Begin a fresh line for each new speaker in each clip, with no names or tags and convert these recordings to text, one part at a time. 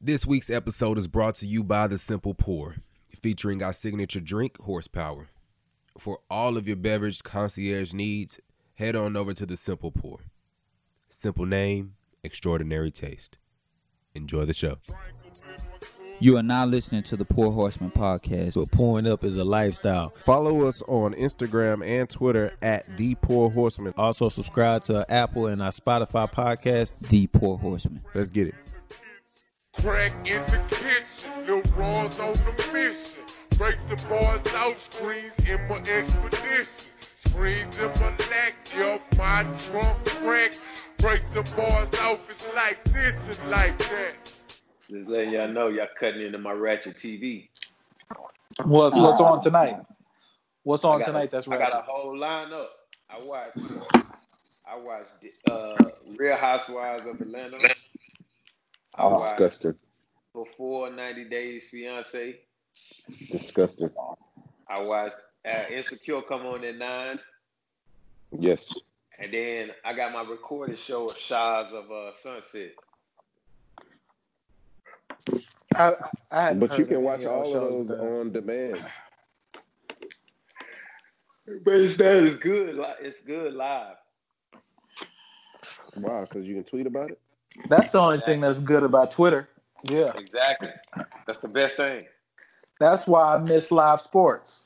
This week's episode is brought to you by The Simple Pour, featuring our signature drink, Horsepower. For all of your beverage concierge needs, head on over to The Simple Pour. Simple name, extraordinary taste. Enjoy the show.
You are now listening to the Poor Horseman podcast.
But pouring up is a lifestyle.
Follow us on Instagram and Twitter at The Poor Horseman.
Also, subscribe to our Apple and our Spotify podcast.
The Poor Horseman.
Let's get it.
Crack in the kitchen, Lil Raw's on the mission. Break the bars out, screens in my expedition. Screens in my lack, yo, my drunk crack. Break the bars off, it's like this and like that.
Just letting y'all know, y'all cutting into my Ratchet TV.
What's what's on tonight? What's
Uh, I
on
got a-
tonight? That's
I got a
right.
whole lineup. I watched, I watched uh, Real Housewives of Atlanta. I watched
Oh, Disgusting.
Before 90 Days Fiance.
Disgusting.
I watched uh, Insecure come on at nine,
Yes.
and then I got my recorded show of Shards of uh, Sunset.
I, I hadn't
But you
heard
can
any
watch
y'all
all of
shows,
those
but-
on demand.
But it's, it's good. li- It's good live.
Why? Because you can tweet about it?
That's the only thing that's good about Twitter. Yeah,
Exactly. That's the best thing.
that's why I miss live sports.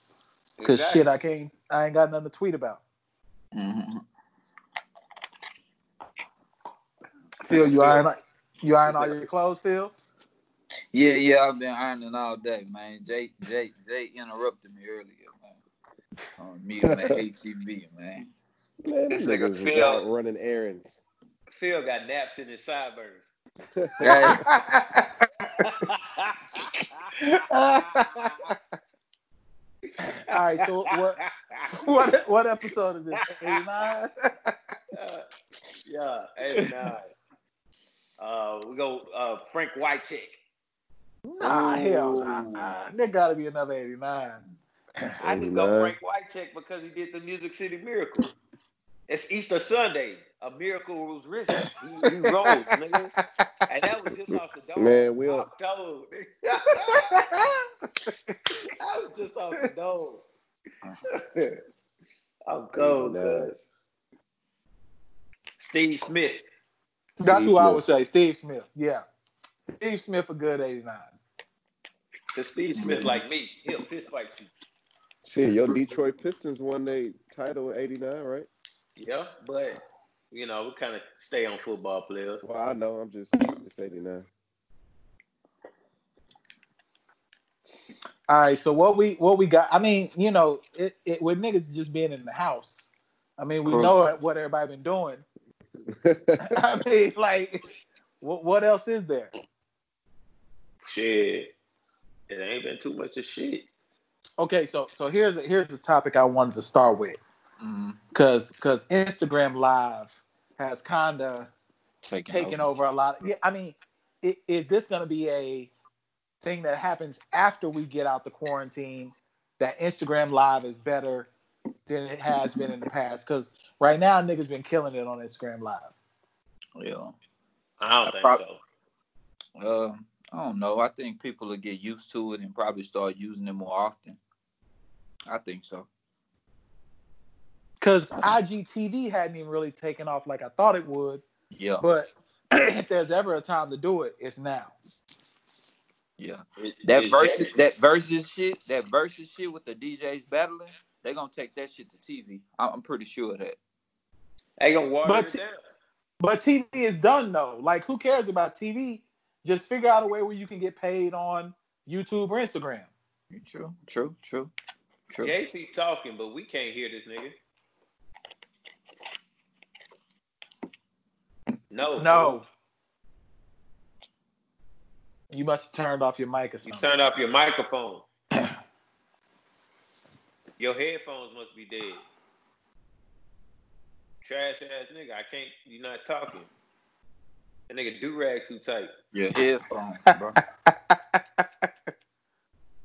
Cause
Exactly.
shit, I can't. I ain't got nothing to tweet about.
Mm-hmm.
Phil, you iron you iron all your clothes, Phil.
Yeah, yeah, I've been ironing all day, man. Jay, Jay, Jay interrupted me earlier, man. On me at HCB, man.
Man,
This
these
nigga
niggas is
Phil.
out running errands.
Phil got naps in his sideburns.
Hey,
all right, so what what what episode is this? Eighty nine.
yeah, eight nine. Uh, we go uh, Frank Whitechick.
Nah, hell, nah, nah. There got to be another eighty nine.
I just go Frank Whitechick because he did the Music City Miracle. It's Easter Sunday. A miracle was risen. He, he rose, nigga. And that was just off the dome.
Man, we
off
don't,
dome. that was just off the dome. I'm cold,
Nah.
cuz. Steve Smith.
That's
Steve
who I
Smith.
would say. Steve Smith. Yeah. Steve Smith a good 89.
Cause Steve Smith like me. He'll fist fight you.
shit, your Detroit Pistons won their title in 89, right?
Yeah, but you know, we kind of stay on football players.
Well, I know. I'm just it's 89.
All right. So what we what we got? I mean, you know, it, it with niggas just being in the house. I mean, we know what everybody been doing. I mean, like, what what else is there?
Shit, it ain't been too much of shit.
Okay. So so here's a, here's the topic I wanted to start with
mm,
because because Instagram Live has kind of
taking
taking over a lot. yeah, I mean, i- is this going to be a thing that happens after we get out the quarantine? That Instagram Live is better than it has been in the past because right now niggas been killing it on Instagram Live.
Yeah.
I don't think
prob-
so.
Uh, I don't know. I think people will get used to it and probably start using it more often. I think so.
Because IGTV hadn't even really taken off like I thought it would,
Yeah,
but if there's ever a time to do it, it's now.
yeah.
It-
That
it's
versus
just-
that versus shit, that versus shit with the DJs battling, they gonna take that shit to TV. I'm, I'm pretty sure of that.
they gonna water
But-
it down.
But TV is done though. Like, who cares about TV? Just figure out a way where you can get paid on YouTube or Instagram.
True, true, true, true.
JC talking, but we can't hear this nigga. No,
No. You must have turned off your mic
You
or something.
turned off your microphone. your headphones must be dead. Trash ass nigga. I can't. You're not talking. That nigga do rag too tight.
Your headphones, bro.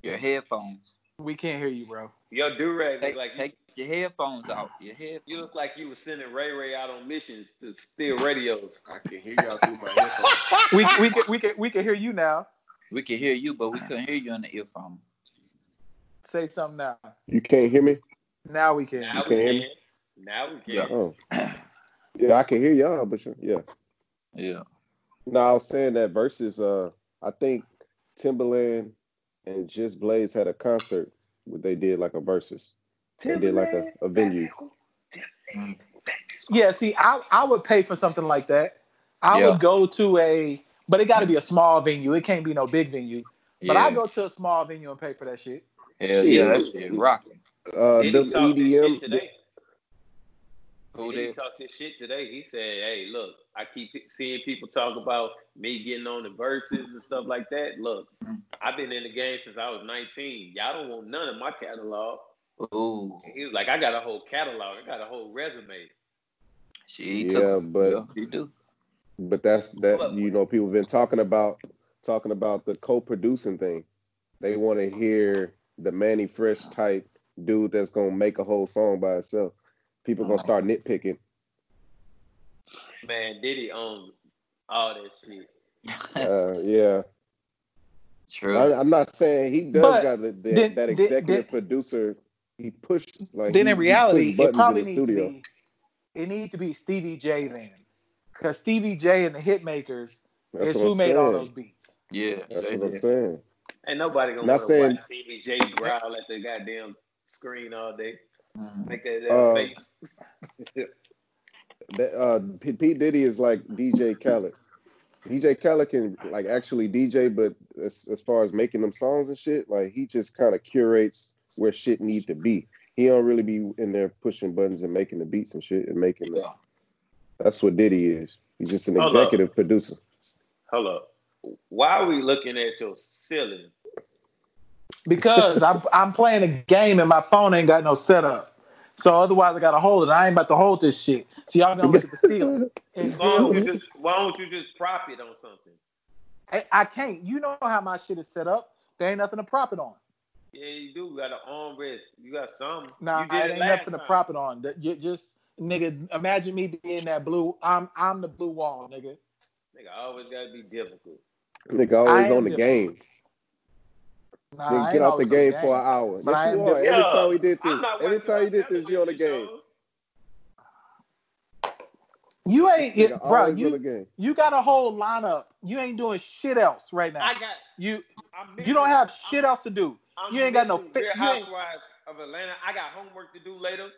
Your headphones.
We can't hear you, bro.
Your do rag
Take,
look like you,
take your headphones out. Your head.
you look like you was sending Ray Ray out on missions to steal radios.
I can hear y'all through my headphones.
We we can we can we can hear you now.
We can hear you, but we couldn't hear you on the earphone.
Say something now.
You can't hear me?
Now we can.
Now
You
we
can hear
can.
me?
Now we can.
Yeah.
Oh. Yeah, I can hear y'all, but you- yeah.
Yeah.
No, I was saying that versus uh I think Timberland and Just Blaze had a concert where they did like a versus. They did like a, a venue.
Yeah, see, I I would pay for something like that. I
Yeah.
would go to a, but it got to be a small venue. It can't be no big venue. But
yeah.
I go to a small venue and pay for that shit.
Hell yeah, that
Shit.
shit rocking.
Uh
Diddy
them
talked this shit
EDM
today.
Who
Diddy
that?
talked this shit today. He said, "Hey, look, I keep seeing people talk about me getting on the verses and stuff like that. Look,
Mm.
I've been in the game since I was 19. Y'all don't want none of my catalog."
Ooh,
And he was like, "I got a whole catalog. I got a whole resume."
she
Yeah,
took. 'em.
but-
yeah, she do.
but that's that you know, people been talking about talking about the co producing thing. They wanna hear the Manny Fresh type dude that's gonna make a whole song by itself. People gonna start nitpicking.
Man, Diddy owns all that shit.
Uh yeah.
True.
I, I'm not saying he does
But
got the, the, that
then- then-
executive
then-
producer. He pushed like
then
he-
in
he
reality,
pushed
it
buttons
probably
in the
needs to
studio.
be it needs to be Stevie J then, because Stevie J and the Hitmakers
That's
is
what
who
I'm
made all those
saying.
beats.
yeah.
That's
they
what I'm
did.
saying.
Ain't nobody gonna
Not
want to
saying-
watch CBJ growl at the goddamn screen all day.
Mm.
Make that, that
Uh,
face.
That, uh, P. P. Diddy is like DJ Khaled. DJ Khaled can like actually DJ, but as, as far as making them songs and shit, like he just kind of curates where shit need to be. He don't really be in there pushing buttons and making the beats and shit and making. The,
Yeah.
that's what Diddy is. He's just an
Hold up.
executive producer.
Hold up. Why are we looking at your ceiling?
Because I'm I'm playing a game and my phone ain't got no setup, so otherwise I gotta hold it. I ain't about to hold this shit. So y'all gonna look at the ceiling. And
Why don't
feel-
you just Why don't you just prop it on something?
I, I can't. You know how my shit is set up. There ain't nothing to prop it on.
Yeah, you do. You got an armrest. You got something.
Nah,
you
I
it
ain't
last
nothing to
time.
prop it on. That- ju- Just nigga, imagine me being that blue. I'm I'm the blue wall, nigga.
Nigga, always gotta be difficult.
Nigga always
am
on the
different.
game.
Nah,
Then
I
get
ain't
out the
always on
game for an hour.
But I
yes,
am
you are.
different.
Every
Yeah.
time we did
I'm
this,
not
every
wasting
time
my
you did this,
time
you on the
with
game.
dog.
You ain't,
Nigga,
it, bro.
always on the
You
game.
you got a whole lineup. You ain't doing shit else right now.
I got.
you
I'm
you don't
missing-
have shit else to do.
I'm
you ain't got no
missing
fi-
Real
you ain't-
Housewives of Atlanta. I got homework to do later.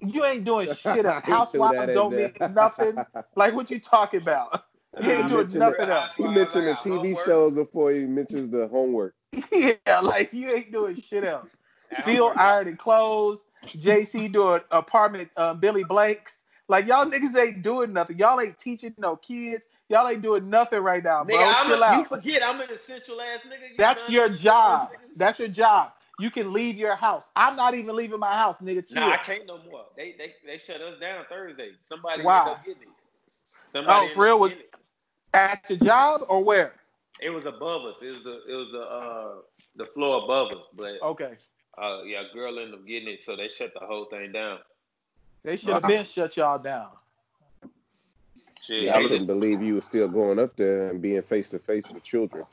You ain't doing shit else.
He threw that
Housewives
in
don't
there.
mean nothing. Like what you talking about? You
Nah,
ain't
I'm
doing
missing
nothing
Real
else.
He
Housewives.
mentioned
I
the
got
TV
homework.
shows before he mentions the homework.
yeah, like you ain't doing shit else.
I got
Phil
homework.
ironing clothes. JC doing apartment um, Billy Blake's. Like y'all niggas ain't doing nothing. Y'all ain't teaching no kids. Y'all ain't doing nothing right now, bro.
Nigga, I'm
Chill
a,
out.
You forget I'm an essential ass nigga. You
That's
know?
your job.
Niggas-
That's your job. You can leave your house. I'm not even leaving my house, nigga. Chill.
Nah, I can't no more. They they they shut us down Thursday. Somebody
Why?
ended up getting it. Somebody
Oh,
ended
for real?
up
Was-
getting it.
At your job or where?
It was above us. It was the it was the uh the floor above us, but
Okay.
uh yeah, a girl ended up getting it, so they shut the whole thing down.
They should have been shut y'all down.
Shit,
Yeah, I
they
couldn't
just-
believe you was still going up there and being face to face with children.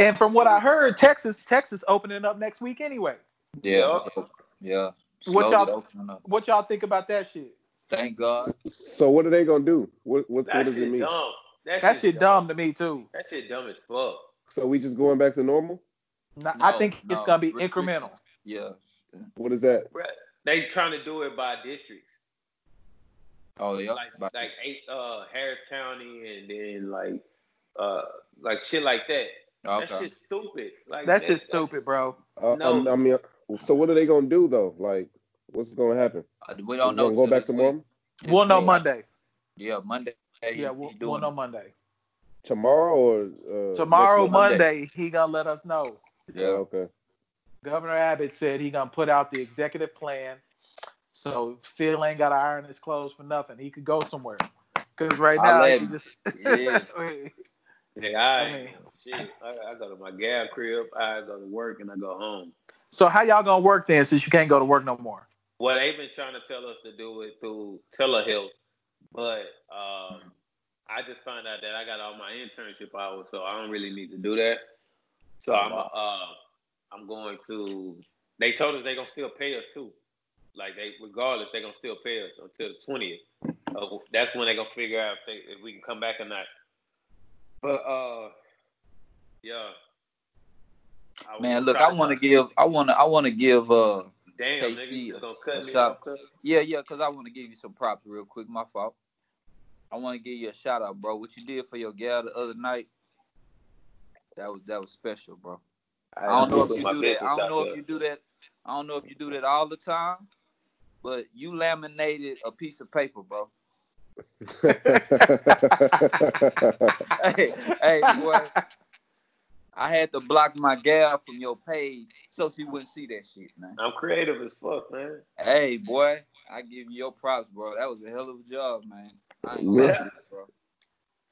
And from what I heard, Texas, Texas opening up next week anyway.
Yeah. Yeah.
What
Slowly
y'all-
opening up.
What y'all think about that shit?
Thank God.
So, so what are they gonna do? What what, what
that
does it
shit
mean?
dumb. That,
That
shit
shit dumb to me too.
That shit dumb as fuck.
So we just going back to normal?
Nah,
No,
I think it's
no,
gonna be
restrictions.
incremental.
Yeah.
What is that?
Bruh, They trying to do it by districts,
Oh yeah.
like
But-
like eight uh Harris County, and then like uh like shit like that. That
okay.
shit's stupid. Like
That
that's-
shit's stupid, bro.
Uh,
No.
I, I mean, so what are they gonna do though? Like, what's gonna happen?
we
Is
don't know.
gonna go
till
back
this
to
week.
normal
This
We'll know
week.
Monday.
Yeah, Monday. he-
Yeah,
he
we'll, we'll
doing
know
it.
Monday.
tomorrow or uh,
Tomorrow,
next Monday?
Monday,
Monday.
he gonna let us know.
Oh,
Yeah.
okay.
Governor Abbott said he gonna put out the executive plan, so Phil ain't gotta iron his clothes for nothing. He could go somewhere, cause right
I
now
let
he
him.
just
Yeah.
Nigga, I,
I mean-
shit, I, I go to my gal crib, I go to work, and I go home.
So how y'all gonna work then since you can't go to work no more?
Well, they've been trying to tell us to do it through telehealth, but um, I just found out that I got all my internship hours, so I don't really need to do that. So I'm uh, I'm going to. They told us they're gonna still pay us too. Like they, regardless, they're gonna still pay us until the twentieth. So that's when they're gonna figure out if, they, if we can come back or not. But uh, yeah. I was
Man, look, I
trying
want to give, I want to, I want to give, uh,
Damn, nigga,
KT
you just gonna cut me
shot.
off. cuz?
yeah, yeah, because I want to give you some props real quick. My fault. I want to give you a shout out, bro. What you did for your gal the other night, that was that was special, bro. I don't know if you
My
do that. I
business
don't know if
out there.
you do that. I don't know if you do that all the time, but you laminated a piece of paper, bro. hey, hey, boy. I had to block my gal from your page so she wouldn't see that shit, man.
I'm creative as fuck, man.
Hey, boy, I give you your props, bro. That was a hell of a job, man. I ain't
Yeah.
gonna lie to you, bro.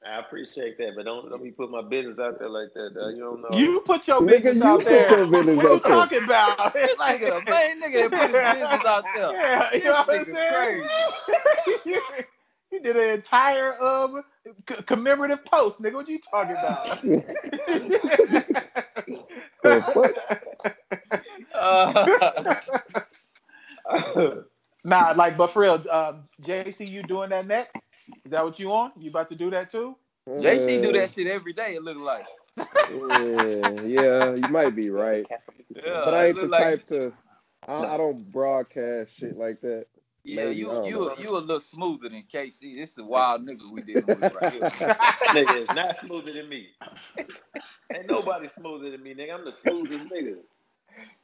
I appreciate that, but don't let me put my business out there like that. Dog. You don't know.
You put your
Nigga,
business
you
out
put
there.
your business
what you
out there.
talking about? It's like,
Nigga, the main nigga that put his business out there.
yeah, you
This
know what I'm
nigga
saying? you did an entire um, c- commemorative post, nigga. What you talking about?
Uh,
nah, like, but for real, um, JC, you doing that next? Is that what you on? You about to do that too?
JC do that shit every day. It look like.
Yeah, yeah, you might be right,
Yeah,
but
Uh,
I
it
ain't
look
the
like-
type to. I, I don't broadcast shit like that.
Yeah,
Maybe, I
you
don't
you
know.
you a little smoother than KC. This is a wild nigga we dealing with right here.
nigga is not smoother than me. Ain't nobody smoother than me, nigga. I'm the smoothest nigga.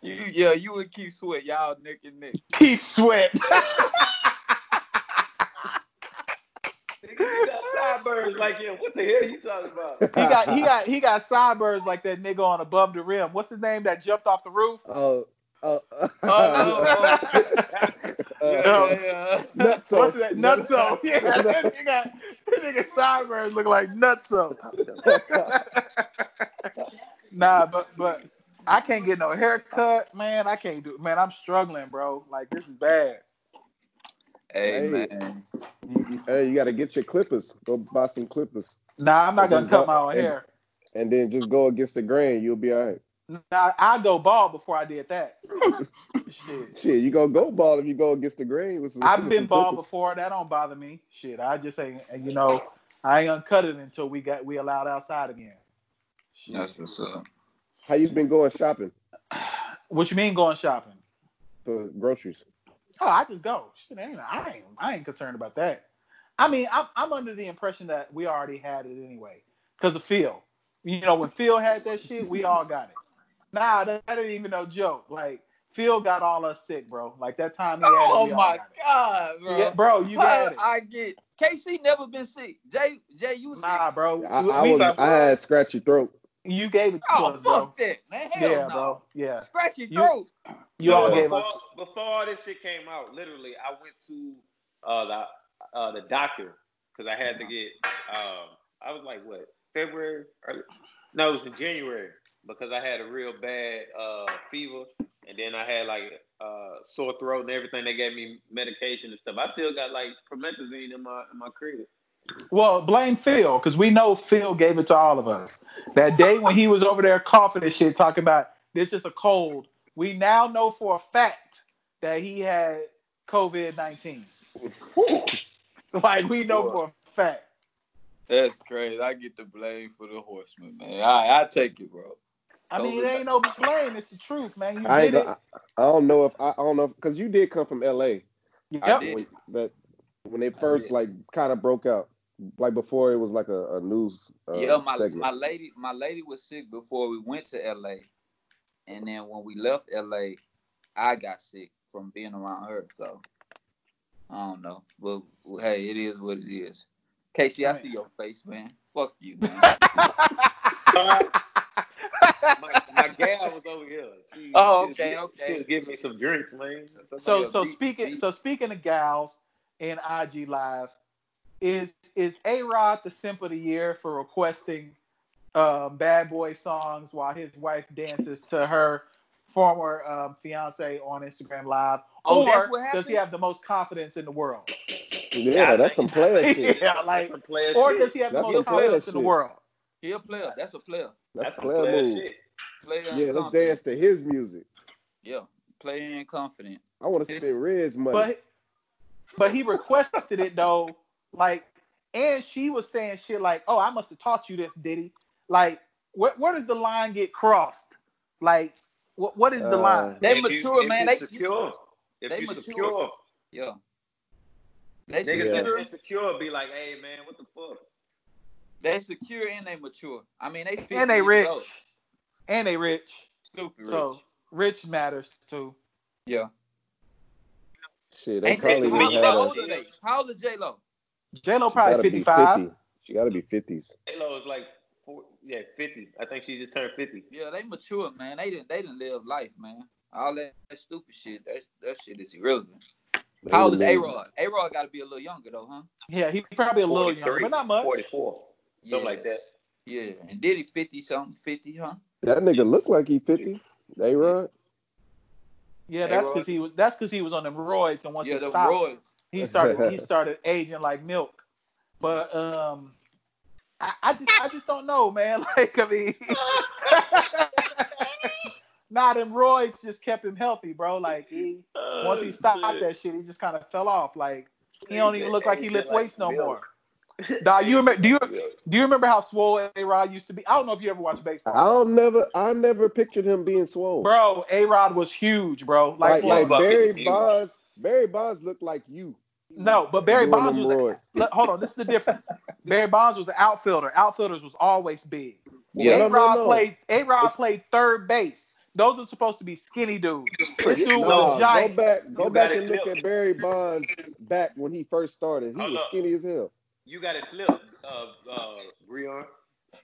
You, yeah, you and Keith Sweat, y'all neck and neck.
Keep sweat.
Nigga, you got sideburns like him. What the hell you talking about?
He got he got he got sideburns like that nigga on above the rim. What's his name that jumped off the roof?
Oh, oh,
Oh,
uh,
yeah,
nuts
What's that? Nutso. Yeah, that nigga, got- that nigga sideburns look like Nutso. nah, but but I can't get no haircut, man. I can't do man. I'm struggling, bro. Like this is bad.
Hey,
Hey.
man.
Hey, you got to get your clippers. Go buy some clippers,
Nah, I'm not gonna
Just
cut
go-
my own hair.
and then just go against the grain. You'll be all right.
Nah, I go bald before I did that. Shit.
Shit, you gonna go ball if you go against the grain. With some,
I've
with
been
some
bald
clippers.
before. That don't bother me. Shit, I just ain't. You know, I ain't uncut it until we got we allowed outside again. Shit.
That's what's up.
How you been going shopping
What you mean going shopping?
for groceries?
Oh, I just go. Shit, ain't I ain't I ain't concerned about that. I mean, I'm I'm under the impression that we already had it anyway because of Phil. You know, when Phil had that shit, we all got it. Nah, that, that ain't even no joke. Like Phil got all us sick, bro. Like that time he had it,
Oh
we all
my
got it.
god, bro.
Yeah, bro, you
How
got it.
I get KC never been sick. Jay, Jay, you was sick.
Nah, bro.
I,
We-
I
we-
was I had scratchy throat.
you gave it to
Oh
us, bro.
fuck that, man. Hell
Yeah,
no.
bro. Yeah.
Scratch your
You-
throat.
You all
Yeah.
gave
before,
us.
before all this shit came out, literally, I went to uh, the uh, the doctor because I had to get. Um, I was like, what February? Early? No, it was in January because I had a real bad uh, fever, and then I had like uh, sore throat and everything. They gave me medication and stuff. I still got like promethazine in my in my crib.
Well, blame Phil because we know Phil gave it to all of us. That day when he was over there coughing and shit, talking about this is a cold. We now know for a fact that he had COVID nineteen. Like we know for a fact.
That's crazy. I get the blame for the horseman, man. I I take it, bro.
I mean, it ain't no blame. It's the truth, man. You
I ain't
did it.
gonna- I, I don't know if I, I don't know because you did come from L.A.
Yep.
did.
when, that when they first like kind of broke out, like before it was like a, a news uh,
yeah, my
segment.
my lady, my lady was sick before we went to LA, and then when we left LA, I got sick from being around her. So I don't know, but hey, it is what it is. Casey, I see your face, man. Fuck you, man.
My, my gal was over here. She,
Oh,
she
okay,
was gi-
okay.
She was giving me some drinks, man.
so
Yeah,
so
be-
speaking
be-
so speaking of gals in IG live, is is A Rod the simp of the year for requesting um, bad boy songs while his wife dances to her former um, fiance on Instagram Live?
Oh,
or
that's what happened?
does he have the most confidence in the world?
Yeah, that's some player shit.
yeah, like,
That's a player
or
shit.
does he have the
That's
most
some player
confidence in the
shit.
world?
He a player. That's a player.
That's,
some
player, move.
shit.
Player. and
Yeah, let's
confident.
dance to his music.
Yeah, player and confident.
I want to spend Red's money.
But but he requested it though, like, and she was saying shit like, "Oh, I must have taught you this, Diddy." Like, where where does the line get crossed? Like, what what is the
Uh,
line?
They
If you-
mature,
if
man.
You
They
secure. If
they
you
mature.
secure,
Yeah. They
niggas
secure.
that's insecure be like, "Hey, man, what the fuck?"
They secure and they mature. I mean, they 50
And they
years
rich,
old.
and they rich.
Stupid rich.
So rich matters too.
yeah.
shit, they
Ain't they,
probably
how,
done had
how
a.
old are they? How old is J Lo?
J Lo
she gotta
probably
be
fifty five.
50. She got to be fifties.
Halo is like, four, yeah, fifty. I think she just turned fifty.
Yeah, they mature, man. They didn't. They didn't live life, man. All that, that stupid shit. That that shit is irrelevant. How old is A Rod? A Rod got to be a little younger though, huh?
Yeah, he probably a little
43,
younger, but not much.
Forty-four,
Yeah,
something like that.
Yeah, and did he fifty something? Fifty, huh?
That nigga look like he fifty. They run.
Yeah, that's
A-Rod.
because he was. That's because he was on them roids, and once
yeah,
he
the
stopped,
Royals.
he started he started aging like milk. But um I, I just I just don't know, man. Like I mean Nah, them roids just kept him healthy, bro. Like he once he stopped that shit, he just kind of fell off. Like he don't even look like he lift weights no more. Nah, you remember? Do you do you remember how swole A Rod used to be? I don't know if you ever watched baseball,
I'll never, I never pictured him being swole.
bro. A Rod was huge, bro.
like,
Like,
like
fucking
Barry
huge.
Bonds. Barry Bonds looked like you.
no, but Barry
Doing
Bonds
them
was
roids.
Look, hold on, this is the difference. Barry Bonds was an outfielder. Outfielders was always big.
Yeah.
A
No, no,
Rod
no.
played. A Rod played third base. Those are supposed to be skinny dudes. This dude was
Nah,
a
go
giant.
back, go
You
back
gotta
and look
flip.
at Barry Bonds back when he first started. He
Hold
was
up.
skinny as hell.
You got it flipped, uh, uh, Breon.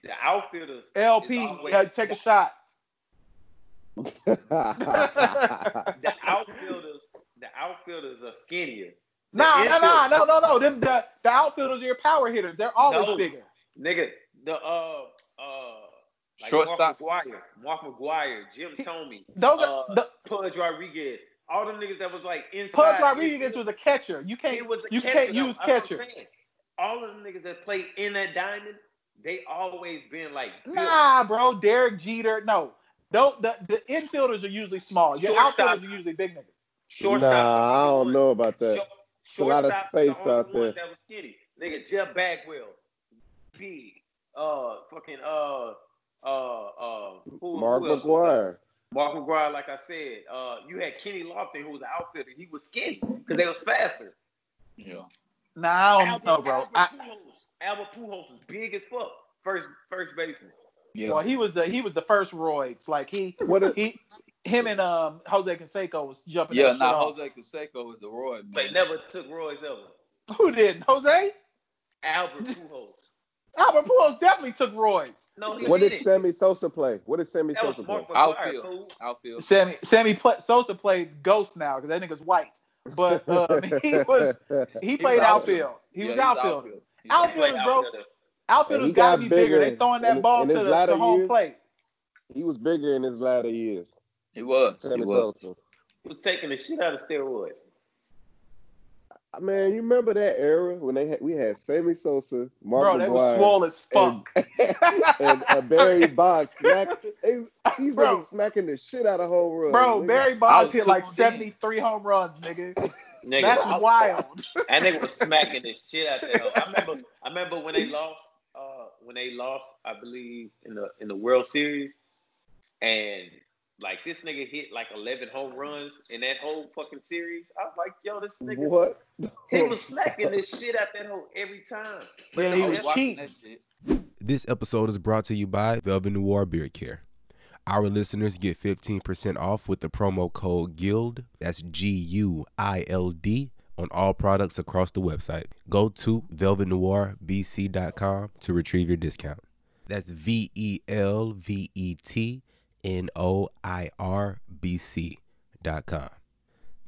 The outfielders.
LP,
is always-
yeah, uh, take a shot.
yeah,
The outfielders. The outfielders are skinnier.
Nah, nah,
infield-
nah, no, no, no. Them the, the outfielders are your power hitters. They're always
No.
bigger.
Nigga, the uh uh like
Shortstop.
Mark McGuire, Mark McGuire, Jim Tomey,
Those
Uh,
are the
Pudge Rodriguez, all them niggas that was like inside.
Pug Rodriguez was a catcher. You
It
can't
was a
you
catcher,
can't
though.
use
That's what I'm
catcher.
saying. All of them niggas that played in that diamond, they always been like built.
Nah, bro. Derek Jeter. No. Don't the, the infielders are usually small. Your
Shortstop.
outfielders are usually big niggas.
Shortstop
Nah, I
was the
don't
one.
know about that.
Short-
a lot of
shortstop was
space
the only
out there.
ones That was skinny. Nigga, Jeff Bagwell, big, uh, fucking, uh, uh, uh, who,
Mark
who else was there?
McGuire.
Mark McGuire, like I said, uh, you had Kenny Lofton, who was an outfielder. He was skinny because they was faster.
Yeah.
Nah, I don't know, bro.
Albert
I,
Pujols, Albert Pujols is big as fuck. First, first baseman.
Yeah.
Well, he was the, he was the first roids. Like he
What a,
he him and um Jose Canseco was jumping.
yeah.
that shit
Now
off.
Jose Canseco is the Roy man.
Mm.
They never took Roy's ever.
Who didn't? Jose
Albert Pujols.
Albert Pujols definitely took roids.
No, he
what did
didn't.
Sammy Sosa play? What did Sammy
That was
Sosa play?
Mark McGuire.
Outfield.
fool.
Outfield.
Sammy Sammy Pl- Sosa played ghost now because that nigga's white, but um, he was he played
outfield.
outfield. He
Yeah,
was
he's
outfielder.
He's
He played
Outfielders, bro.
outfielder.
And
Outfielders
he
got to
got
be bigger. They
bigger
throwing
in-
that ball
in
to
his
the
latter
to home
years.
plate.
he was bigger in his latter years.
He was. He
Sammy
was.
Sosa.
He was taking the shit out of steroids.
I mean, Uh, you remember that era when they had, we had Sammy Sosa, Mark
bro,
McGuire,
they was swole as
and,
fuck.
and uh, Barry Bonds. Smack, they, these
Bro.
niggas smacking the shit out of home run.
Bro,
nigga.
Barry
I was
Bonds hit like
tuned in.
73 home runs, nigga.
Nigga,
That's
I-
wild.
that nigga was smacking the shit out there. I remember, I remember when they lost, uh, when they lost, I believe in the in the World Series, and like this nigga hit like eleven home runs in that whole fucking series. I was like, yo, this nigga,
What?
he was smacking this shit out that hole every time.
Yeah,
I
he
was
was
watching
cheating.
that shit.
This episode is brought to you by Velvet Noir Beard Care. Our listeners get 15% off with the promo code GUILD, that's G U I L D, on all products across the website. Go to velvetnoirbc.com to retrieve your discount. That's V E L V E T N O I R B C.com.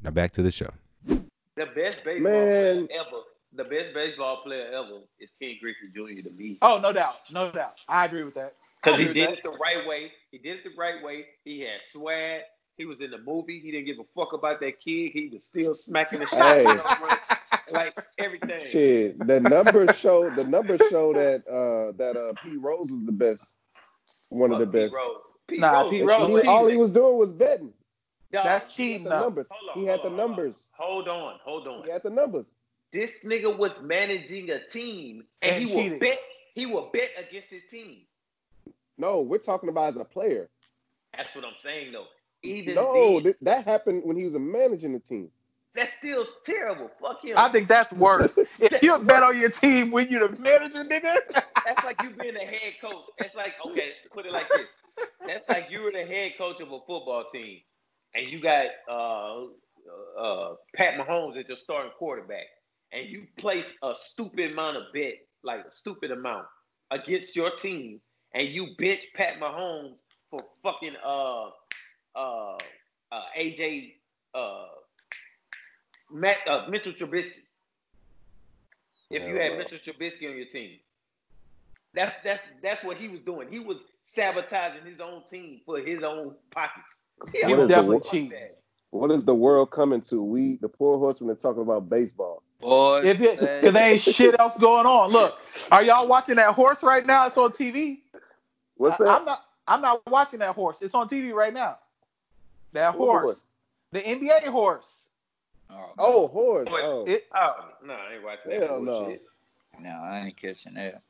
Now back to the show.
The best baseball
Man.
player ever, the best baseball player ever is Ken Griffey Jr. to me.
Oh, no doubt. No doubt. I agree with that.
Because he
I agree
did
with
it the right way. He did it the right way. He had swag. He was in the movie. He didn't give a fuck about that kid. He was still smacking the shit.
Hey.
out of him, like everything.
Shit, the numbers show the numbers show that uh that uh P Rose was the best, one of the
Fuck Pete
best.
Rose. Pete
Nah,
Rose.
Pete
He-
Rose was
all he
cheating.
was doing was betting.
Dog,
That's
He had
cheating.
the
though.
numbers.
hold on,
He
hold
had the
on, hold on.
numbers.
Hold on, hold on.
He had the numbers.
This nigga was managing a team, and,
And
he will
cheated.
bet. He will bet against his team.
No, we're talking about as a player.
That's what I'm saying, though. Even
No,
then,
th- that happened when he was a managing the team.
that's still terrible. Fuck him.
I think that's worse. if you bet on your team when you the manager, nigga.
That's like you being a head coach. That's like okay, put it like this. That's like you were the head coach of a football team, and you got uh, uh, Pat Mahomes as your starting quarterback, and you place a stupid amount of bet, like a stupid amount, against your team, and you bench Pat Mahomes for fucking uh uh, uh AJ uh, Matt, uh Mitchell Trubisky. If you had Mitchell Trubisky on your team. That's that's that's what he was doing. He was sabotaging his own team for his own pockets. He
What
was
is the
definitely
wor-
cheating.
What is the world coming to? We the poor horsemen are talking about baseball.
Boy,
If it, cause there ain't shit else going on. Look, are y'all watching that horse right now? It's on TV.
What's
I-
that?
I'm not. I'm not watching that horse. It's on TV right now. That
What
horse,
horse?
the NBA horse.
oh, horse. Oh,
It,
Oh no, I ain't watching that
Hell no.
bullshit.
no, I ain't catching that.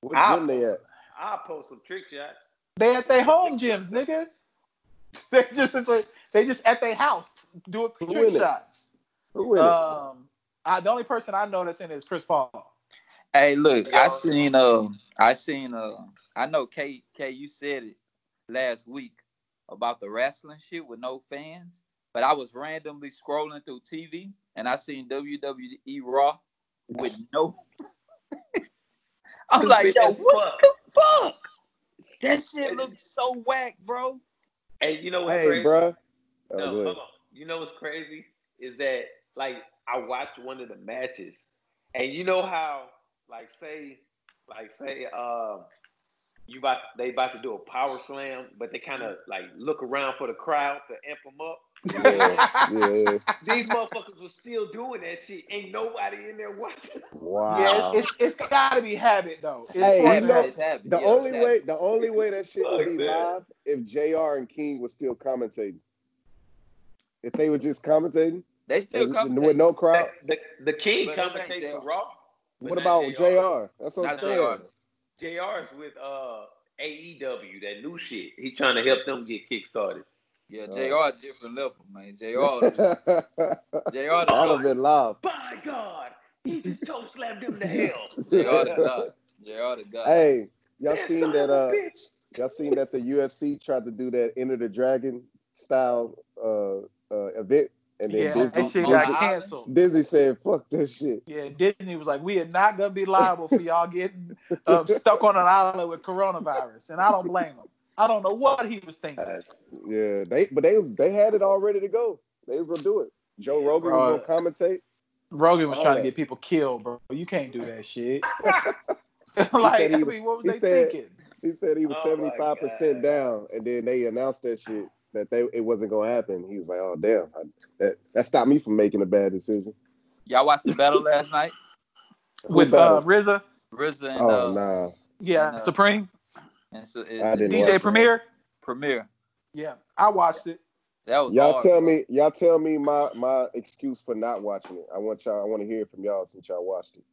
what
I-
gym they at?
I'll post some trick shots.
they at their home gyms, nigga. They just it's a, they just at their house doing
Who
trick
in it?
shots.
Who in
Uh,
it?
Um, I, the only person I know that's in it is Chris Paul.
Hey, look,
Yeah.
I seen uh, I seen uh, I know K K you said it last week about the wrestling shit with no fans, but I was randomly scrolling through TV and I seen WWE Raw with no. I'm like, yo, what the fuck? That shit looked so whack, bro.
Hey, you know what's
Hey,
crazy?
bruh.
No,
Oh, go ahead.
hold on. You know what's crazy is that like I watched one of the matches, and you know how like say like say um you about they about to do a power slam, but they kind of like look around for the crowd to amp them up.
Yeah, yeah.
These motherfuckers was still doing that shit. Ain't nobody in there watching.
Wow.
Yeah, it's it's gotta be habit though. It's
Hey,
forced
you know-
habit.
It's happening.
the
Yeah,
only
it's happening.
way, the only way that shit would be
Fuck that.
live if Jr. and King was still commentating. If they were just commentating,
they still
and-
coming.
and with no crowd.
The, the king
But it ain't
commentates
J.R.
for Raw. but
What
not
about
JR?
Jr.? That's what I'm
Not
saying.
JR.
JR's with uh AEW, that new shit. He trying to help them get kick started.
Yeah,
Uh,
Jr. different level, man. Jr. Jr.
All of it live.
By God, he just toe slapped him to hell.
JR the God. JR the God.
Hey, y'all
That
seen
son
that?
of a
Uh,
bitch.
y'all seen that the UFC tried to do that Enter the Dragon style uh, uh, event, and then
Yeah,
Disney,
that shit
on
got
Disney,
the island?
canceled.
Disney said, "Fuck this shit."
Yeah, Disney was like, we are not gonna be liable for y'all getting uh, stuck on an island with coronavirus, and I don't blame him. I don't know what he was thinking.
Yeah, they but they was they had it all ready to go. They was gonna do it. Joe Rogan was
Right.
gonna commentate.
Rogan was
Oh,
trying to
yeah.
get people killed, bro. You can't do that shit.
said
like,
he
I
was-
mean, what
he
was they
said-
thinking?
He said he was
Oh,
seventy
my
five percent
God.
down, and then they announced that shit that they it wasn't gonna happen. He was like, "Oh damn, I, that that stopped me from making a bad decision."
Y'all watched the battle last night?
Who
With
battled?
uh, RZA,
RZA and
oh
uh,
nah,
yeah,
And, uh,
Supreme,
and so,
I didn't watch
DJ
that.
Premier.
Premiere.
Yeah, I watched it.
That was
y'all
hard,
tell
bro.
me y'all tell me my my excuse for not watching it. I want y'all. I want to hear it from y'all since y'all watched it.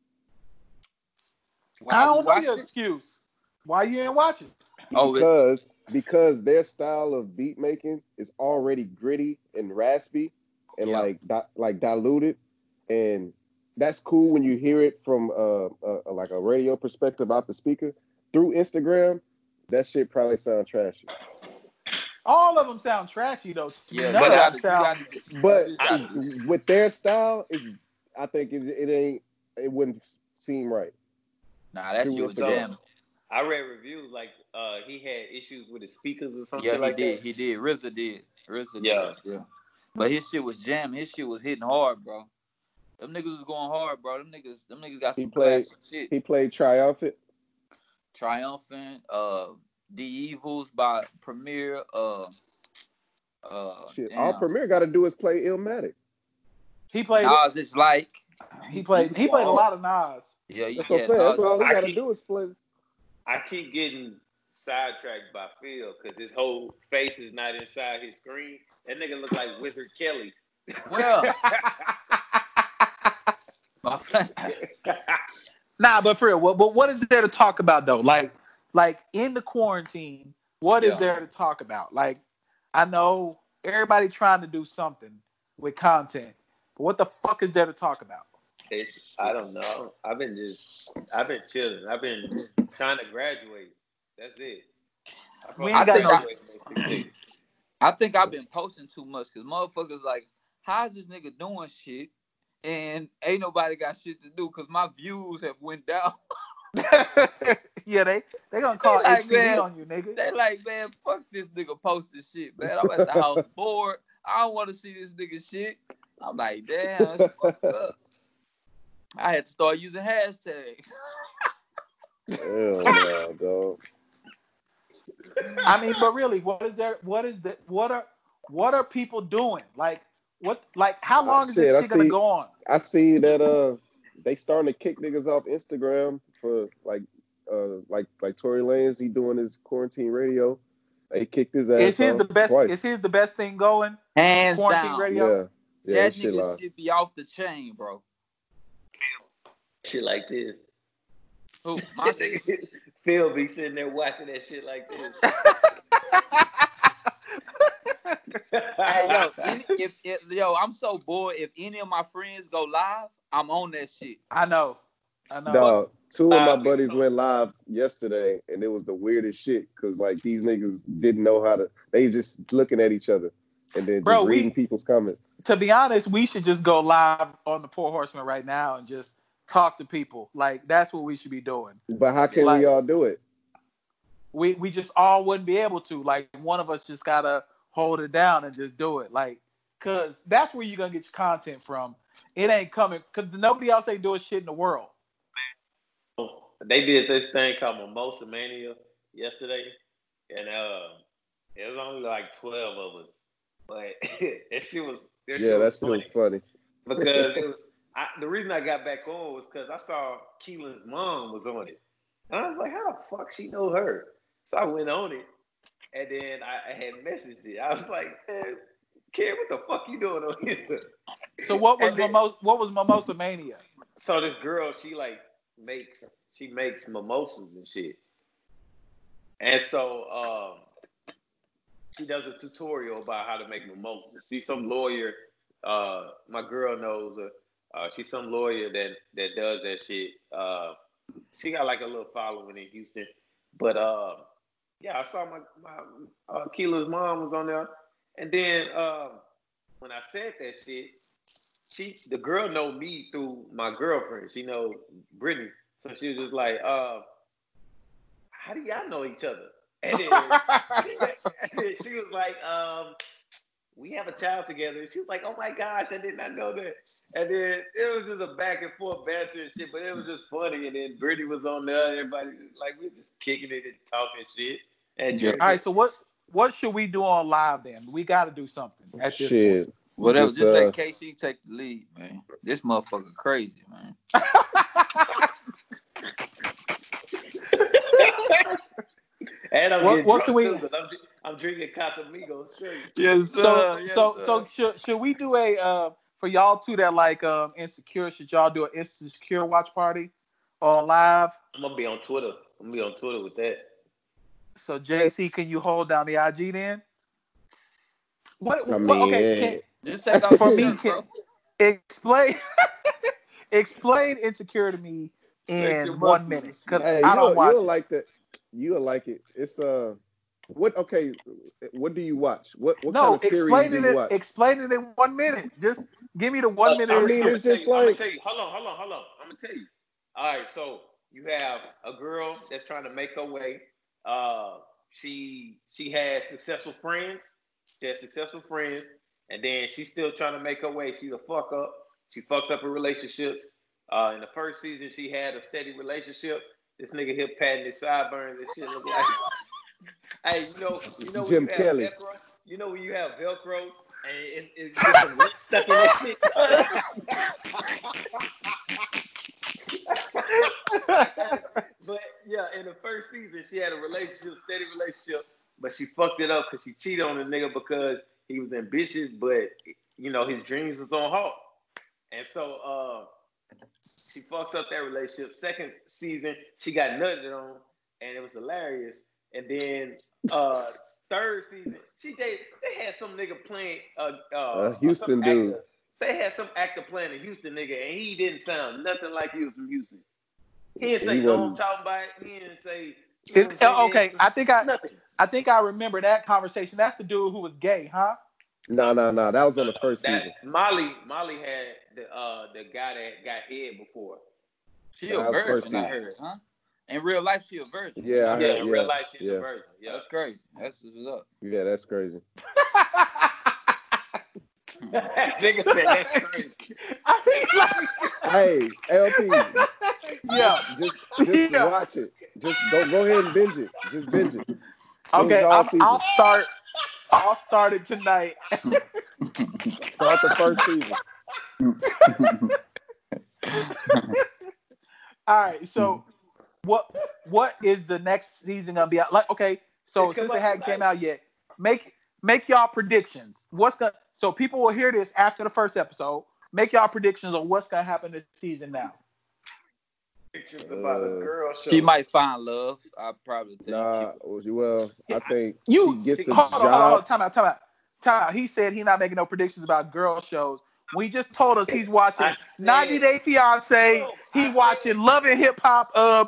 Why
I
you
don't know
watched
your
it?
excuse. Why you ain't watching?
Oh, it,
Because because their style of beat making is already gritty and raspy, and
Yeah.
like di- like diluted, and that's cool when you hear it from uh, uh like a radio perspective out the speaker through Instagram. That shit probably sound trashy.
All of them sound trashy though.
yeah,
None
you gotta,
of them
you
sound.
gotta just,
But
you just gotta-
with their style, is I think it, it ain't it wouldn't seem right.
nah, that
do
shit
it
was
for them.
jamming.
I read reviews like uh, he had issues with his speakers or something
Yeah, he
like
did.
that.
He did. RZA did. RZA
Yeah.
did. Yeah. But his shit was jamming. His shit was hitting hard, bro. Them niggas was going hard, bro. Them niggas, them niggas got
He
some
played-
classic shit.
He played triumphant.
Triumphant, uh, The Evils by Premier, uh, Uh,
Shit,
damn.
all Premier got to do is play Illmatic.
He played.
Nas is like.
He played. He played a lot of Nas.
Yeah, you
That's what
yeah,
I'm saying. That's
Nas-
all he
I
got to
keep-
do is play.
I keep getting sidetracked by Phil because his whole face is not inside his screen. That nigga look like Wizard Kelly.
Well, my friend,
Nah, but for real, what, but what is there to talk about though? Like, like in the quarantine, what is
Yeah.
there to talk about? Like, I know everybody trying to do something with content, but what the fuck is there to talk about?
It's, I don't know. I've been just, I've been chilling. I've been trying to graduate. That's it. I probably
We ain't got no-
graduate next year.
I think I've been posting too much because motherfuckers like, how's this nigga doing shit? And ain't nobody got shit to do because my views have went down.
yeah, they they gonna call
Like,
HPD
man,
on you, nigga.
They like, man, fuck this nigga posting shit, man. I'm at the house bored. I don't want to see this nigga shit. I'm like, damn, that's fucked up. I had to start using hashtags.
Hell no, dog.
I mean, but really, what is there? What is that? What are what are people doing? Like, what? Like, how long is
Shit, I
this shit gonna
see-
go on?
I see that uh they starting to kick niggas off Instagram for like uh like like Tory Lanez he doing his quarantine radio. They kicked his ass.
Is his
off
the best?
twice.
Is his the best thing going?
Hands
quarantine
down.
yeah,
radio.
yeah, that
that
shit
nigga
live.
should be off the chain, bro.
Shit like this.
Who? My shit?
Phil be sitting there watching that shit like this.
Hey, yo, any, if, if, yo, I'm so bored. If any of my friends go live, I'm on that shit.
I know. I know.
Dog, two of my
Live.
buddies went live yesterday, and it was the weirdest shit because like these niggas didn't know how to. They just looking at each other and then just
Bro, we-
reading people's comments.
to be honest, we should just go live on the Poor Horseman right now and just talk to people. Like that's what we should be doing.
But how can
Like-
we all do it?
We we just all wouldn't be able to. Like one of us just gotta hold it down and just do it. Like, cause that's where you're gonna get your content from. It ain't coming cause nobody else ain't doing shit in the world.
they did this thing called Mimosa Mania yesterday, and uh, it was only like twelve of us, but that shit was that
Yeah,
shit
that
was
shit was
funny
funny.
because it was I, the reason I got back on was because I saw Keelan's mom was on it, and I was like, how the fuck she know her? So I went on it, and then I, I had messaged it. I was like, man, Kid, what the fuck you doing on here?
So what was
And then-
mimosa, what was Mimosa Mania?
so this girl, she like makes she makes mimosas and shit. And so um she does a tutorial about how to make mimosas. She's some lawyer. Uh my girl knows her. Uh, she's some lawyer that that does that shit. Uh she got like a little following in Houston. But um yeah, I saw my my uh, Keela's mom was on there. And then um when I said that shit, she the girl know me through my girlfriend. She know Brittany, so she was just like, uh, "How do y'all know each other?" And then she was like, um, "We have a child together." She was like, "Oh my gosh, I did not know that." And then it was just a back and forth banter and shit, but it was just funny. And then Brittany was on there, and everybody like we were just kicking it and talking shit. And
Yeah.
All right, so what what should we do on live then? We gotta do something. At this point.
Shit.
Whatever. Just,
Just, uh,
let KC take the lead, man. This motherfucker crazy, man.
and I'm
What-
getting
what
drunk
can we-
too, 'cause I'm, dr- I'm drinking Casamigos straight.
Yes,
so so so should, should we do a uh, for y'all too that like um insecure should y'all do an insecure watch party on live
I'm gonna be on Twitter. I'm gonna be on Twitter with that.
so jc can you hold down the ig then what,
I
what
mean,
okay
just take off
For
your
me,
shirt,
kid-
bro.
can, explain explain insecure to me
Flex your muscles.
in one minute because
Hey,
i don't
you don't,
watch
you
it.
don't like that. You'll like it. It's uh, what? Okay, what do you watch? What what
no
kind of series
explain
do
it
you
in,
watch?
explain it in one minute just give me the one
Uh,
minute
I mean,
insecure.
it's just
I'm gonna
like-
tell you. Hold on, hold on, hold on. I'm gonna tell you. All right, so you have a girl that's trying to make her way. Uh, she she has successful friends. She has successful friends, and then she's still trying to make her way. She's a fuck up. She fucks up her relationships. Uh, in the first season, she had a steady relationship. This nigga here patting his sideburns and shit. Look like, hey, you know, you know, when
Jim
you have
Kelly.
Necro, You know when you have Velcro and it's, it's, it's some lint stuck in that shit. but yeah, in the first season, she had a relationship, steady relationship, but she fucked it up because she cheated on the nigga because he was ambitious, but you know his dreams was on hold, and so uh, she fucks up that relationship. Second season, she got nutted on, and it was hilarious. And then uh, third season, she dated. They had some nigga playing uh, uh,
Uh, Houston
some actor-
dude.
They had some actor playing a Houston nigga, and he didn't sound nothing like he was from Houston. He didn't say
He
no, I'm
wasn't-
talking about. it. He didn't say. you know
It,
what I'm saying?
okay, I think I
nothing.
I think I remember that conversation. That's the dude who was gay, huh?
No, no, no. That was on the first
That-
season.
Molly, Molly had the uh the guy that got head before.
She
That
a
was first
virgin, I
season.
heard, huh? In real life, she a virgin.
Yeah, I
yeah,
heard,
in
yeah,
real life, she's
yeah.
a virgin. Yeah.
That's crazy. That's what's up.
Yeah, that's crazy.
Nigga said that's crazy.
I mean,
Hey, LP,
like, yeah.
just just
Yeah.
watch it. Just go go ahead and binge it. Just binge it.
Okay,
It was all
I'm,
season.
I'll start. I'll start it tonight.
Start the first season.
All right. So, what what is the next season gonna be? Like, okay. So
It come
since it
out
hadn't came
tonight.
out yet, make make y'all predictions. What's gonna? So people will hear this after the first episode. Make y'all predictions on what's gonna happen this season now.
Pictures about a
Uh,
girl show.
She might find love. I probably think.
Nah,
She,
well, I think
You
she gets a
hold on, hold on, hold on.
job.
Time out, time out, time out. He said he not making no predictions about girl shows. We just told us he's watching
I said-
90 Day Fiance.
No, I
He
said-
watching Love and Hip Hop. Uh,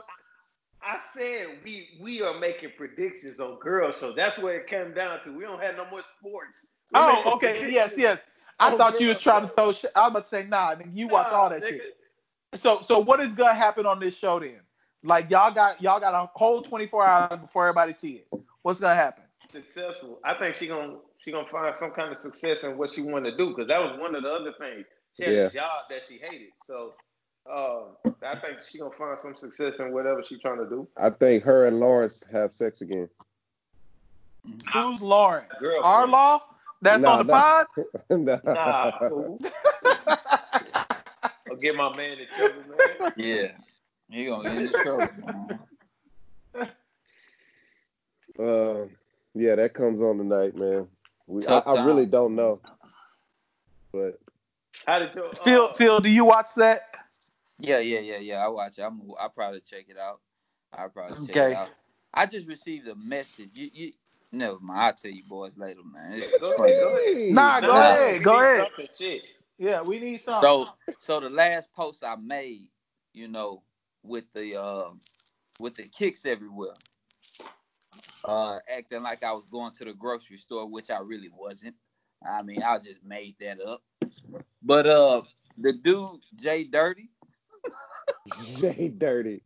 I said we we are making predictions on girl show. That's where it came down to. We don't have no more sports. We're making
oh, okay,
predictions.
yes, yes. I
Oh,
thought
girl
you was trying to
shows.
throw. Sh- I was about to say, nah, nigga, you watch
Nah,
all that
nigga.
shit. So, so what is gonna happen on this show then? Like y'all got y'all got a whole 24 hours before everybody see it. What's gonna happen?
successful. I think she gonna she gonna find some kind of success in what she wanted to do because that was one of the other things. She had
Yeah.
a job that she hated, so uh, I think she gonna find some success in whatever she's trying to do.
I think her and Lawrence have sex again.
Who's Lauren?
Girl,
Our law? That's
Nah,
on the
nah.
pod.
nah.
nah, fool. I'll get my man in trouble, man.
yeah. He gonna get in trouble. man.
Uh, yeah, that comes on tonight, man. We, I,
Tough
I
time.
really don't know, but
How did your uh,
Phil, Phil, do you watch that?
Yeah, yeah, yeah, yeah. I watch. it. I'm. I probably check it out. I probably check
Okay.
it out. I just received a message. You, you. Never mind. I'll tell you boys later, man. It's
Go
funny.
ahead.
Nah, go
Nah.
ahead, go
We need
ahead.
something, shit.
Yeah, we need some.
So, so the last post I made, you know, with the uh, with the kicks everywhere, uh, acting like I was going to the grocery store, which I really wasn't. I mean, I just made that up. But uh, the dude Jay Dirty,
Jay Dirty.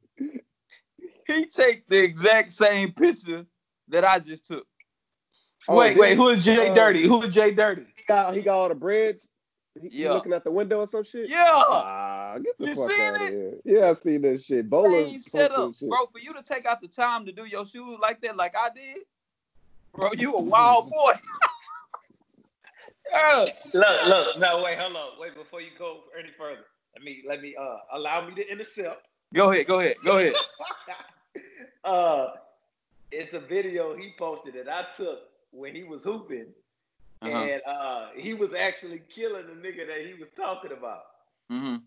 he take the exact same picture that I just took.
wait,
Oh,
wait. Who is Jay
uh,
Dirty? Who is Jay Dirty?
He got, he got all the breads. He, he
Yeah.
looking out the window or some shit.
Yeah,
Ah, get the
You
fuck
seen
out of
it?
here. Yeah, I seen that shit. Bowler
same setup,
posted shit.
bro. For you to take out the time to do your shoes like that, like I did, bro, you a wild boy. yeah.
Look, look, no, wait, hold on, wait before you go any further. Let me, let me, uh, allow me to intercept.
Go ahead, go ahead, go ahead.
uh, it's a video he posted that I took when he was hooping,
Uh-huh.
and uh, he was actually killing the nigga that he was talking about.
Mm-hmm.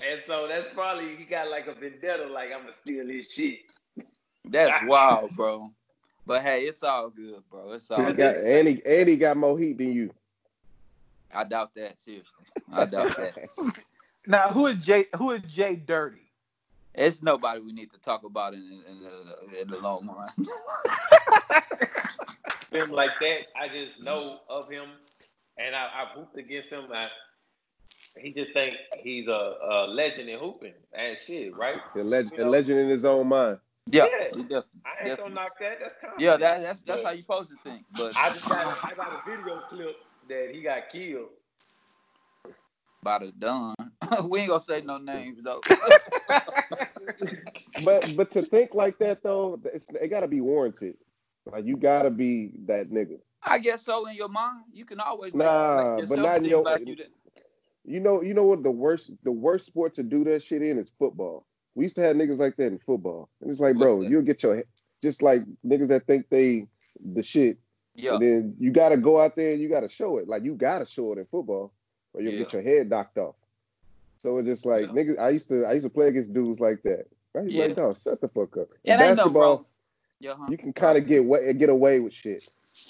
And so that's probably he got like a vendetta, like I'm gonna steal his shit.
That's wild, bro. But hey, it's all good, bro. It's all
He
good.
got, and, he, and he got more heat than you.
I doubt that seriously. I doubt that.
Now, who is Jay? Who is Jay Dirty?
It's nobody we need to talk about in, in, in, the, in the long run.
Him like that, I just know of him, and I, I've hooped against him. I, he just think he's a, a legend in hooping and shit, right?
A legend,
You
a
know?
legend in his own mind.
Yeah,
Yeah.
we definitely.
I ain't gonna knock that. That's confidence.
Yeah, that, that's that's
But-
how you supposed to think. But
I just got a, I got a video clip that he got killed.
by the done, we ain't gonna say no names though.
But but to think like that though, it's, it gotta be warranted. Like you gotta be that nigga.
I guess so. In your mind, you can always make-
Nah,
make
but
yourself
not in
seem
your-
like you did.
You know, you know what the worst the worst sport to do that shit in is football. We used to have niggas like that in football. And it's like,
What's
bro,
that?
you'll get your he- just like niggas that think they the shit.
Yeah,
And then you gotta go out there and you gotta show it. Like you gotta show it in football, or you'll get your head knocked off. So it's just like
Yeah.
niggas I used to I used to play against dudes like that. I was
Yeah.
like, no, shut the fuck up.
it ain't no
Basketball,
bro. Yeah, huh?
you can kind of get away, get away with shit.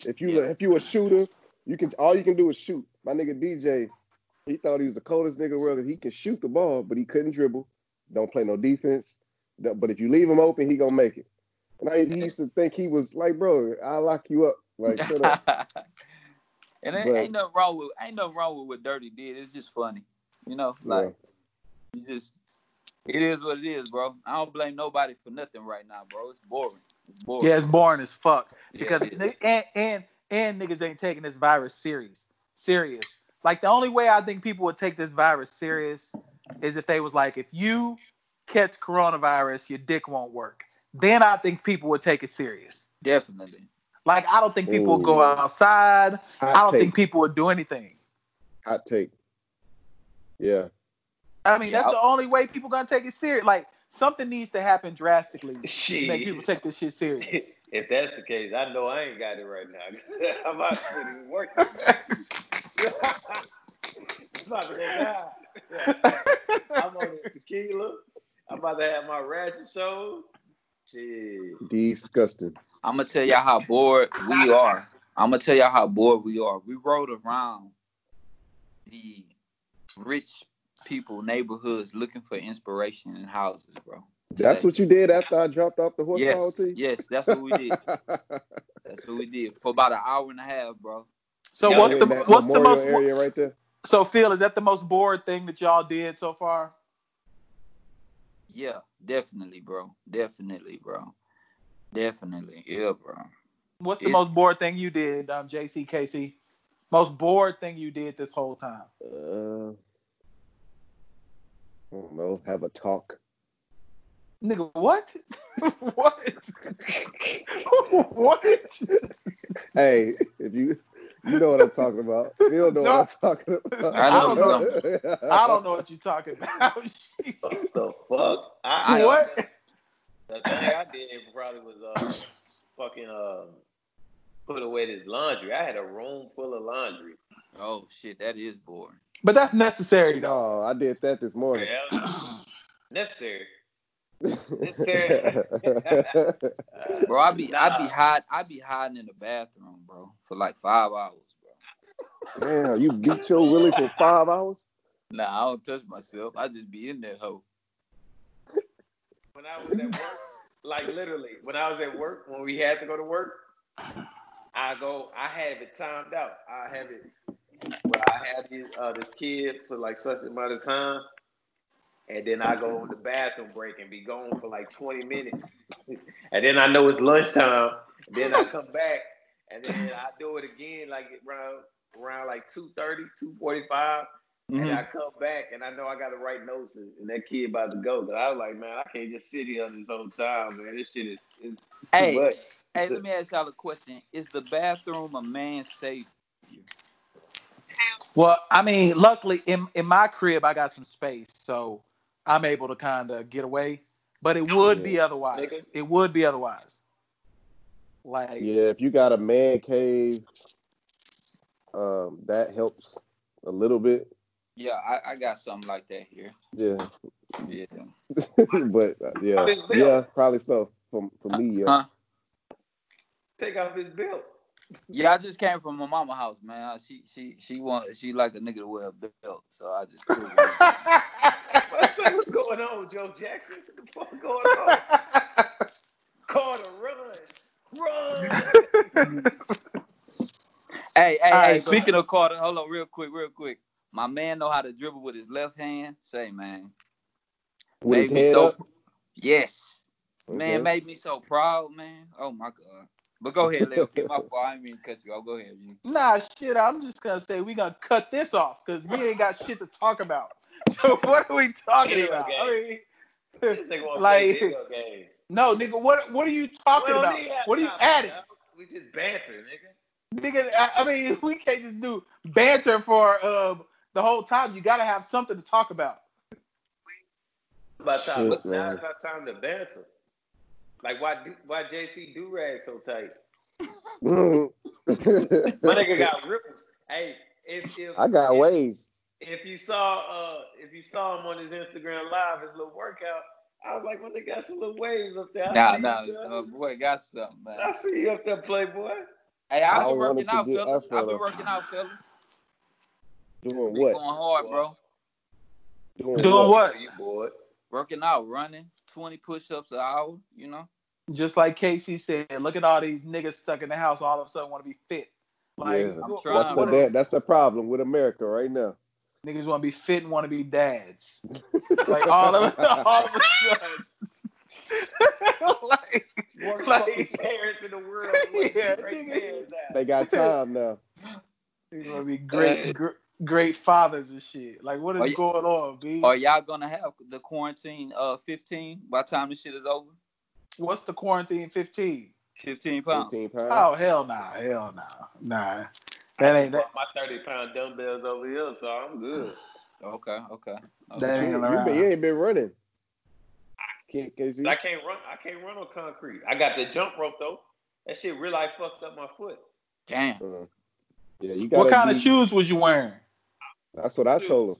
If you
Yeah.
if you a shooter, you can all you can do is shoot. My nigga DJ, he thought he was the coldest nigga in the world. 'cause He could shoot the ball, but he couldn't dribble. Don't play no defense. No- But if you leave him open, he gonna make it. And I, he used to think he was like, bro, I'll lock you up. Like, shut up.
and it
But-
ain't nothing wrong with ain't nothing wrong with what Dirty did. It's just funny, you know. Like you just, it is what it is, bro. I don't blame nobody for nothing right now, bro. It's boring. It's boring.
Yeah, it's boring as fuck.
Yeah,
Because
it
ni- and and and niggas ain't taking this virus serious. Serious. Like the only way I think people would take this virus serious is if they was like, if you catch coronavirus, your dick won't work. Then I think people would take it serious.
definitely.
Like I don't think people would go
Ooh.
outside.
Hot
I don't
take.
think people would do anything.
Hot take. Yeah.
I mean,
Yeah,
that's
I-
the only way people gonna take it serious. Like something needs to happen drastically to make people
Shit.
take this shit serious.
If that's the case, I know I ain't got it right now. I'm about to put in work. on that shit. It's about to go down. Yeah. I'm on this tequila. I'm about to have my ratchet show. Shit.
Disgusting.
I'm gonna tell y'all how bored we are. I'm gonna tell y'all how bored we are. We rode around the rich people neighborhoods looking for inspiration in houses, bro.
That's
Today.
what you did after I dropped off the horse
Yes,
to you?
yes, that's what we did. That's what we did for about an hour and a half, bro.
So
Yeah,
what's
we
the
in that
what's the
memorial
most
area right there?
So Phil, is that the most bored thing that y'all did so far?
Yeah, definitely, bro. Definitely, bro. Definitely, yeah, bro.
What's the
It's-
most bored thing you did, um, JC Casey? Most bored thing you did this whole time?
Uh, I don't know. Have a talk.
Nigga, what? what? what?
Hey, if you you know what I'm talking about, Bill know what I'm talking about.
I know
I don't know what you're talking about.
What the fuck?
I-
what?
The thing I did probably was uh, fucking uh, put away this laundry. I had a room full of laundry.
Oh shit, that is boring.
But that's necessary though.
No, I did that this morning.
Yeah. Necessary. Necessary. Uh,
Bro, I be I be
Nah.
hide I be hiding in the bathroom, bro, for like five hours, bro.
Damn, you beat your Willie for five hours?
Nah, I don't touch myself. I just be in that hoe.
when I was at work, like literally, when I was at work, when we had to go to work, I go, I have it timed out. I have it. Well, I have this uh, this kid for like such amount of time, and then I go on the bathroom break and be gone for like twenty minutes, and then I know it's lunchtime. Then I come back, and then I do it again like around around like 2.30, 2.45.
Mm-hmm.
And I come back and I know I gotta write notes and, and that kid about to go. But I was like, man, I can't just sit here this whole time, man. This shit is, is too
Hey.
much.
Hey, let me ask y'all a question. Is the bathroom a man's safe?
Well, I mean, luckily in, in my crib I got some space, so I'm able to kind of get away. But it would be otherwise.
Nigga.
It would be otherwise. Like
Yeah, if you got a man cave, um, that helps a little bit.
Yeah, I, I got something like that here.
Yeah,
Yeah.
but uh, yeah, yeah, probably so. For, for me, yeah.
Huh?
Take off his belt.
Yeah, I just came from my mama house, man. Uh, She she she want she like a nigga to wear a belt, so I just
I said, what's going on, Joe Jackson? What the fuck going on? Carter, run. Run.
Hey, hey,
All
hey,
right, go
speaking of Carter, hold on real quick, real quick. My man know how to dribble with his left hand. Say, man.
With his
made me
head
so-
up,
Yes.
Okay.
Man, made me so proud, man. Oh my God. But go ahead, Leo. Get my fault. I didn't mean to cut you off. Go ahead, G.
Nah, shit. I'm just gonna say we gonna cut this off because we ain't got shit to talk about. So what are we talking
Video
about? I mean,
This nigga wanna play
Like-
video games.
no, nigga. What what are you
We
talking
don't
about?
need that
What are you
topic,
adding?
dog. We just banter, nigga.
Nigga, I, I mean, we can't just do banter for uh, the whole time. You gotta have something to talk about.
About time,
Shit,
look, now
man.
it's our time to banter. Like why do, why JC do rag so tight? Mm. My nigga got ripples. Hey, if if
I got
if,
waves.
If you saw uh if you saw him on his Instagram live, his little workout, I was like, my nigga got some little waves up there. I
Nah,
see
nah,
you,
uh,
dog.
boy, got something, man.
I see you up there, Playboy.
Hey, I've
I
been
wanted
working
to
out,
get
fellas.
after
I've been
that.
working out, fellas.
Doing
Been
what?
going hard, bro.
Doing,
Doing what?
You bored?
Working out, running, 20 push-ups an hour, you know?
Just like Casey said, look at all these niggas stuck in the house. All of a sudden, want to be fit. Like
Yeah.
what-
trying,
That's the
what-
bro.
that, that's the problem with America right now.
niggas want to be fit and want to be dads. like all of all of a sudden. like,
Worst
Like-
fucking parents in the world.
Yeah,
yeah,
nigga.
They got time now.
they want to be great, gr- great fathers and shit. Like what is
Are you-
going on, B?
Are y'all gonna have the quarantine uh 15 by the time this shit is over?
What's the quarantine fifteen?
15 pounds.
15 pounds.
Oh hell nah, hell nah, nah. That ain't that.
My thirty pound dumbbells over here, so I'm good.
Okay, okay. okay.
That
you,
ain't
you been- you ain't been running. Can't, KZ.
I can't run. I can't run on concrete. I got the jump rope though. That shit really like, fucked up my foot.
Damn.
Uh, yeah, you got
What kind of shoes was you wearing?
That's what I told him.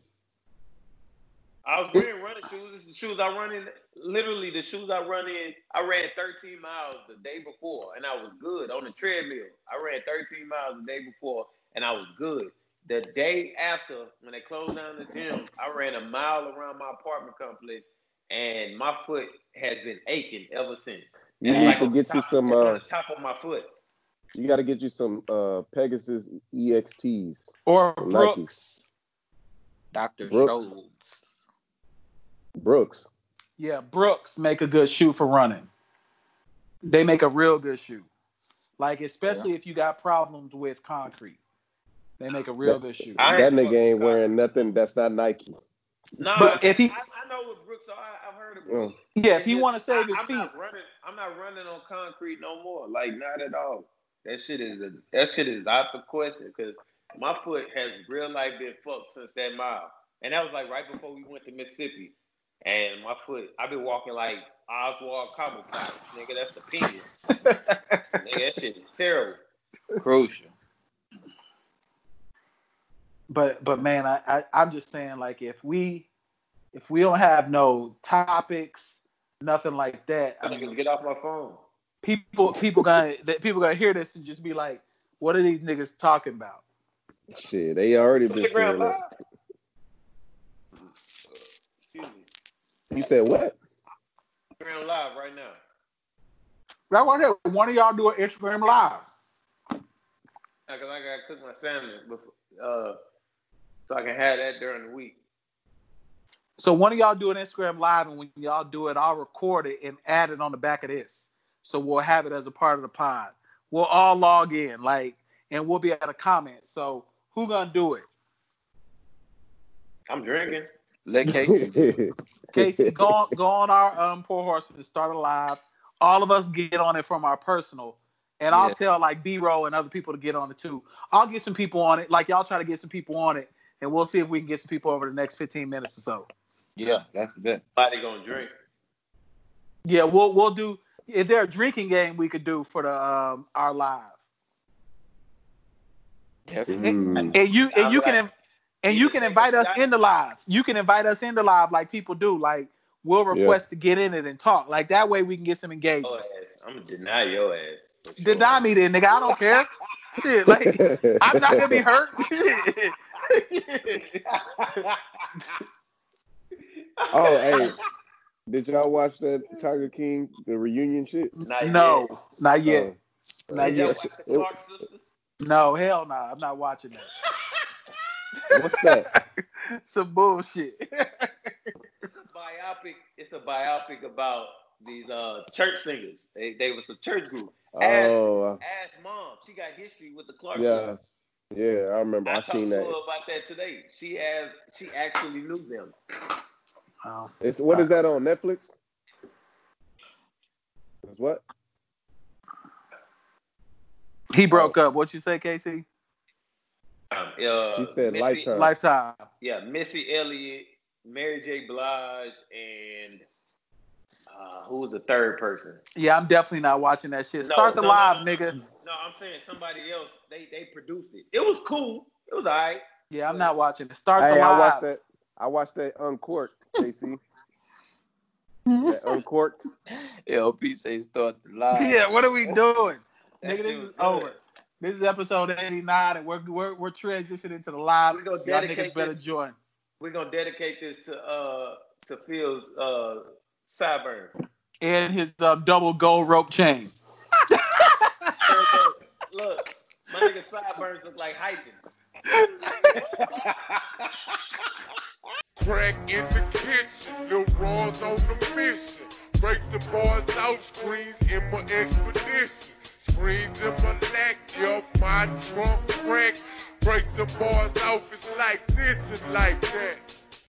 I was wearing running shoes. This is the shoes I run in. Literally, the shoes I run in. I ran 13 miles the day before, and I was good on the treadmill. I ran 13 miles the day before, and I was good. The day after, when they closed down the gym, I ran a mile around my apartment complex, and my foot has been aching ever since.
You
It's
need
like
to
on
get
top-
you some.
It's on
Uh,
the top of my foot.
you got to get you some uh, Pegasus E EXTs.
Or
Nike.
Brooks?
Dr.
Brooks.
Scholes.
Brooks.
Yeah, Brooks make a good shoe for running. They make a real good shoe. Like especially if you got problems with concrete, they make a real good shoe.
I ain't
that nigga
fucking
ain't
got
wearing nothing. That's not Nike.
No,
But
I,
if he-
I, I know what Brooks. Are. I, I've heard of Brooks.
Yeah, if he
It's
want to
just-
save
I-
his
I'm
feet,
Not running, I'm not running on concrete no more. Like not at all. That shit is a, that shit is out the question because my foot has real life been fucked since that mile, and that was like right before we went to Mississippi. And my foot, I've been walking like Oswald Cobblepot, nigga. That's the penis. nigga, that shit is terrible.
Crucial.
but but man, I, I I'm just saying like if we if we don't have no topics, nothing like that, I
I
mean,
niggas get off my phone.
people people gonna that people gonna hear this and just be like, what are these niggas talking about?
Shit, they already been
Instagram
saying
live.
that.
Excuse me.
You said what?
Instagram live right now.
Right one there, one of y'all do an Instagram live.
Because I gotta cook my sandwich before, uh, so I can have that during the week.
So one of y'all do an Instagram live, and when y'all do it, I'll record it and add it on the back of this. So we'll have it as a part of the pod. We'll all log in, like, and we'll be at a comment. So who gonna do it?
I'm drinking.
Let Casey do it.
Casey, go on, go on our um poor horse and start a live. All of us get on it from our personal, and I'll
Yeah.
tell like B roll and other people to get on it too. I'll get some people on it, like y'all try to get some people on it, and we'll see if we can get some people over the next fifteen minutes or so.
Yeah, that's the best.
Somebody gonna drink.
Yeah, we'll we'll do. Is there a drinking game we could do for the um our live?
Definitely.
Mm.
And you and you can in- and you can invite us in the live. You can invite us in the live like people do. Like we'll request to get in it and talk. Like that way we can get some
Your
engagement.
ass. I'm gonna deny your ass. for sure.
Deny me then, nigga. I don't care. Shit, like I'm not gonna be hurt.
oh, hey, did y'all watch that Tiger King the reunion shit?
Not
no,
yet.
not yet.
Oh.
not
Did y'all
yet.
watch the Clark sisters?
No, hell no. I'm not watching that.
What's that?
Some bullshit.
It's a biopic. It's a biopic about these uh church singers. They they was a church group.
oh,
Ask mom. She got history with the Clark sisters.
yeah, yeah. I remember.
I,
I
talked
seen
to her
that.
about that today. She asked. She actually knew them.
Oh,
It's what is that on Netflix? It's what?
He
Oh.
broke up. What you say, Casey?
Um, uh,
He said
Missy,
Lifetime.
Lifetime.
Yeah, Missy Elliott, Mary J. Blige, and uh, who was the third person?
Yeah, I'm definitely not watching that shit.
No,
Start the
no.
live, nigga.
No, I'm saying somebody else. They they produced it. It was cool. It was alright.
Yeah, I'm not watching it. Start the
Hey,
live.
I watched that. I watched that uncorked, JC. that uncorked.
LP say start the live.
Yeah, what are we doing?
That
nigga,
shit
this
was
is
good.
over. This is episode 89, and we're we're, we're transitioning to the live.
We gonna
Y'all
dedicate
niggas better
this-
join.
We're gonna dedicate this to uh to Phil's uh sideburns.
And his uh, double gold rope chain.
Look, my nigga sideburns look like hyphens.
Crack in the kitchen, Lil Ron's on the mission. Break the bars out, screens in my expedition. Screens in my lack, yup, my drunk crack. Break the bars off, it's like this and like that.